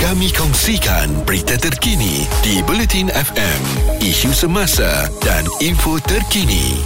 Kami kongsikan berita terkini di Bulletin FM, isu semasa dan info terkini.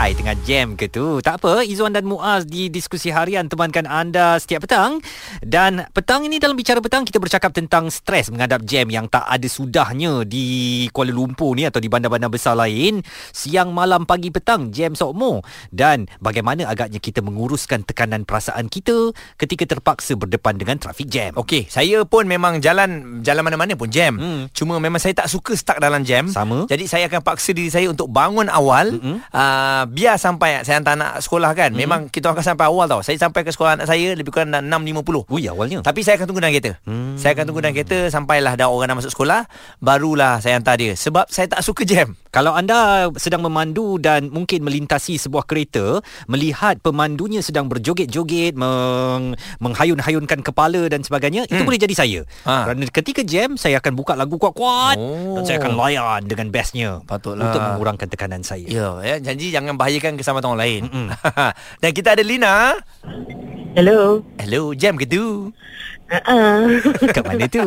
Hai, tengah jam ke tu? Tak apa, Izwan dan Muaz di diskusi harian temankan anda setiap petang. Dan petang ini dalam Bicara Petang, kita bercakap tentang stres menghadap jam yang tak ada sudahnya di Kuala Lumpur ni atau di bandar-bandar besar lain. Siang, malam, pagi, petang, jam sokmo. Dan bagaimana agaknya kita menguruskan tekanan perasaan kita ketika terpaksa berdepan dengan trafik jam. Okey, saya pun memang jalan jalan mana-mana pun jam. Hmm. Hmm. Cuma memang saya tak suka stuck dalam jam. Sama. Jadi saya akan paksa diri saya untuk bangun awal. Mm-mm. Mm-hmm. Uh, biar sampai saya hantar anak sekolah kan. Mm-hmm. Memang kita akan sampai awal tau. Saya sampai ke sekolah anak saya lebih kurang dah 6.50. Ui, awalnya. Tapi saya akan tunggu dalam kereta hmm. Saya akan tunggu dalam kereta Sampailah dah orang dah masuk sekolah Barulah saya hantar dia Sebab saya tak suka jam Kalau anda sedang memandu dan mungkin melintasi sebuah kereta, melihat pemandunya sedang berjoget-joget, meng, menghayun-hayunkan kepala dan sebagainya, hmm. itu boleh jadi saya. Ha. Ha. Kerana ketika jam, saya akan buka lagu kuat-kuat oh. Oh. dan saya akan layan dengan bestnya Patutlah. untuk mengurangkan tekanan saya. Ya, ya Janji jangan bahayakan keselamatan orang lain Dan kita ada Lina Hello. Hello, jam ke tu? Uh-uh. Kat mana tu?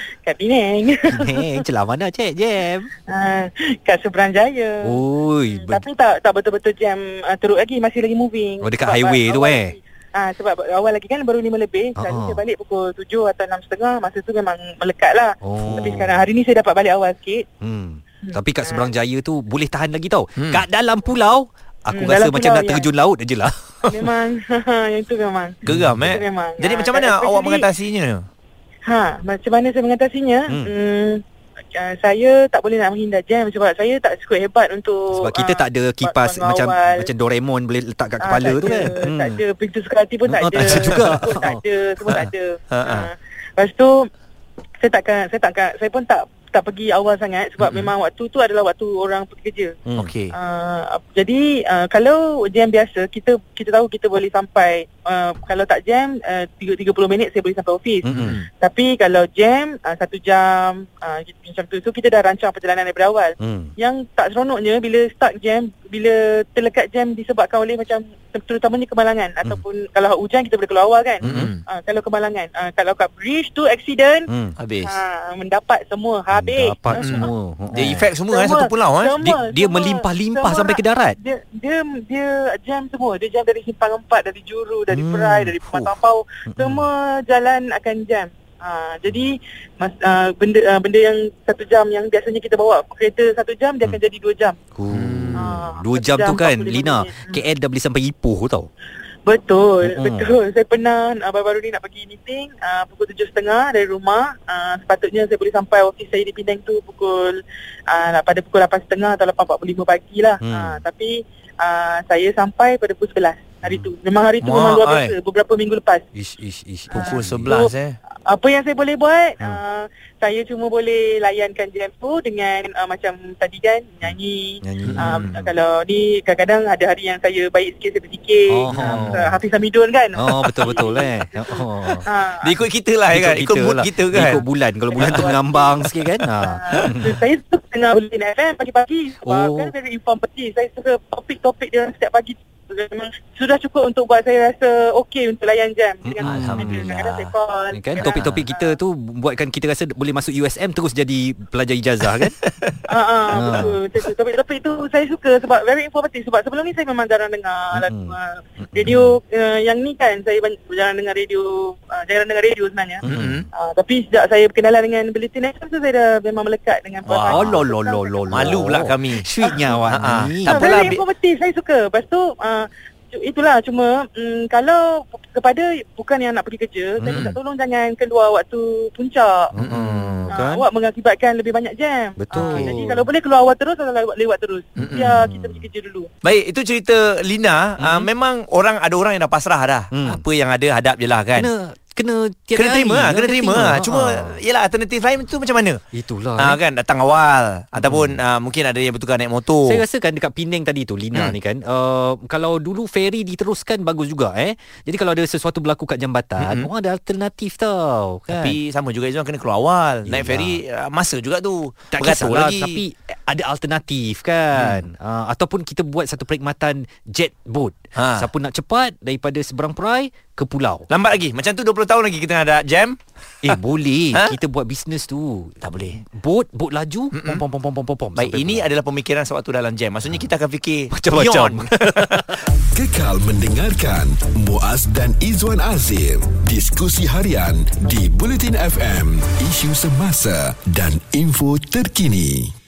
Kat Penang. Penang, celah mana cik jam? Uh, kat Seberang Jaya. Oh, Oi, ber- Tapi tak tak betul-betul jam uh, teruk lagi. Masih lagi moving. Oh, dekat highway tu, awal eh? lagi- Ah sebab awal lagi kan baru 5 lebih. Selalu Ah. saya balik pukul 7 atau 6.30. Masa tu memang melekat lah. Oh. Tapi sekarang hari ni saya dapat balik awal sikit. Hmm. Tapi kat seberang jaya tu boleh tahan lagi tau. Hmm. Hmm. Kat dalam pulau, aku Hmm, rasa dalam macam pulau, nak ya. terjun laut aje lah. Memang yang tu memang. Geram eh Itu memang. Jadi Ah, macam mana especially- awak mengatasinya? Ha, macam mana saya mengatasinya? Hmm. Hmm. hmm uh, saya tak boleh nak menghindar jam sebab saya tak cukup hebat untuk Sebab kita ah, tak ada kipas buat macam pengawal. macam Doraemon boleh letak kat Ah, kepala tak tu ada, kan. Tak ada pintu suka hati pun tak Ah, ada. tak ada juga. Pun tak ada, semua tak ada. Ha, Ha. ha. Lepas tu saya takkan saya takkan saya pun tak tak pergi awal sangat sebab Mm-mm. memang waktu tu adalah waktu orang pergi kerja. Hmm. Okey. Uh, jadi uh, kalau jam biasa kita kita tahu kita boleh sampai uh, kalau tak jam uh, 30 minit saya boleh sampai office. Mm-mm. Tapi kalau jam uh, satu jam uh, macam tu so kita dah rancang perjalanan daripada awal. Hmm. Yang tak seronoknya bila start jam, bila terlekat jam disebabkan oleh macam ter- terutamanya kemalangan hmm. ataupun kalau hujan kita boleh keluar awal kan. Mm. Mm-mm. Ah, kalau kemalangan, ah, kalau kat bridge tu accident, Hmm. Habis ah, mendapat semua habis. Dapat Ah, semua. Ha-ha. Dia effect semua, eh Semua. Satu pulau eh Semua. dia, dia semua. melimpah-limpah Semua sampai ke darat. Dia dia dia jam semua. Dia jam dari simpang empat, dari juru, dari Hmm. hmm. perai, dari Fuh. Hmm. pematang pau. Semua jalan akan jam. Ha, jadi mas, ah, benda ah, benda yang satu jam yang biasanya kita bawa kereta satu jam dia akan jadi dua jam. Hmm. Ah, Dua satu jam tu jam kan 45 Lina minit. Hmm. KL dah boleh sampai Ipoh tau Betul, Mm-mm. mm-hmm. betul. Saya pernah uh, baru-baru ni nak pergi meeting uh, pukul 7.30 dari rumah. Uh, sepatutnya saya boleh sampai office saya di Penang tu pukul uh, pada pukul 8.30 atau 8.45 pagi lah. Hmm. Mm. Uh, tapi uh, saya sampai pada pukul 11 hari tu. Memang hari tu Mak, memang luar biasa. Beberapa minggu lepas. Ish ish ish Pukul ish. 11 eh Apa yang saya boleh buat? Hmm. Hmm. Uh, saya cuma boleh layankan jam tu dengan uh, macam tadi kan nyanyi. Nyanyi Um, Kalau ni kadang-kadang ada hari yang saya baik sikit, saya bersikit. Oh. Oh. Um, Hafiz Hamidun kan. Oh betul-betul eh Oh. Ha. Dia ikut kita lah kan Ikut mood lah. kita Dia kan Ikut bulan Kalau bulan tu mengambang sikit kan ha. Ah, so, saya suka dengar bulletin FM pagi-pagi sebab Oh. oh. kan very informative. Saya suka topik-topik dia orang setiap pagi memang sudah cukup untuk buat saya rasa okey untuk layan jam. Mm-mm. Kadang-kadang saya call. Kan topik-topik kita tu Buatkan kita rasa Boleh masuk USM Terus jadi pelajar ijazah kan Ah, ah, Ah. betul. Betul. Topik-topik tu saya suka sebab very informative sebab sebelum ni saya memang jarang dengar lagu Mm-mm. ah, radio ah, yang ni kan saya banyak, jarang dengar radio ah, jarang dengar radio sebenarnya. Mm-hmm. Mm-mm. Ah, tapi sejak saya berkenalan dengan bulletin FM tu saya dah memang melekat dengan Wah, lo lo lo lo. lo. Malu pula kami. Sweetnya awak Ah, ni. tak apalah, Tak apalah. bi- Very informatif. Saya suka. Lepas tu, uh, itulah cuma um, kalau kepada bukan yang nak pergi kerja, saya Mm. minta tolong jangan keluar waktu puncak. Mm-mm, Ah, kan? Awak mengakibatkan lebih banyak jam. Betul. Ah, jadi kalau boleh keluar awal terus atau lewat, lewat terus. Mm-mm. Biar kita pergi kerja dulu. Baik, itu cerita Lina. Mm-hmm. Uh, memang orang ada orang yang dah pasrah dah. Hmm. Mm. Apa yang ada hadap je lah kan. Kena kena tiada Kena air. terima lah, kena terima lah. Ha. Cuma Yelah alternatif lain tu macam mana itulah. ha, eh. Hmm. kan Datang awal Ataupun uh, mungkin ada yang bertukar naik motor Saya rasa kan dekat Penang tadi tu Lina Oh. Hmm. ni kan uh, Kalau dulu ferry diteruskan bagus juga eh Jadi kalau ada sesuatu berlaku kat jambatan Mm-mm. Orang ada alternatif tau kan? Hmm. Tapi sama juga Izwan kena keluar awal Naik Yelah. feri uh, masa juga tu tak Beratur kisahlah lagi Ah, Tapi ada alternatif kan hmm. uh, Ataupun kita buat satu perkhidmatan jet boat Ha. Ha. Siapa nak cepat daripada seberang perai ke pulau. Lambat lagi. Macam tu 20 tahun lagi kita ada jam. Eh boleh Ha? ha? kita buat bisnes tu. Tak boleh. Bot bot laju pom pom pom pom pom pom pom. Baik, sampai ini adalah pemikiran sewaktu dalam jam. Maksudnya kita akan fikir Macam-macam. beyond. Kekal mendengarkan Muaz dan Izwan Azir. Diskusi harian di Bulletin FM. Isu semasa dan info terkini.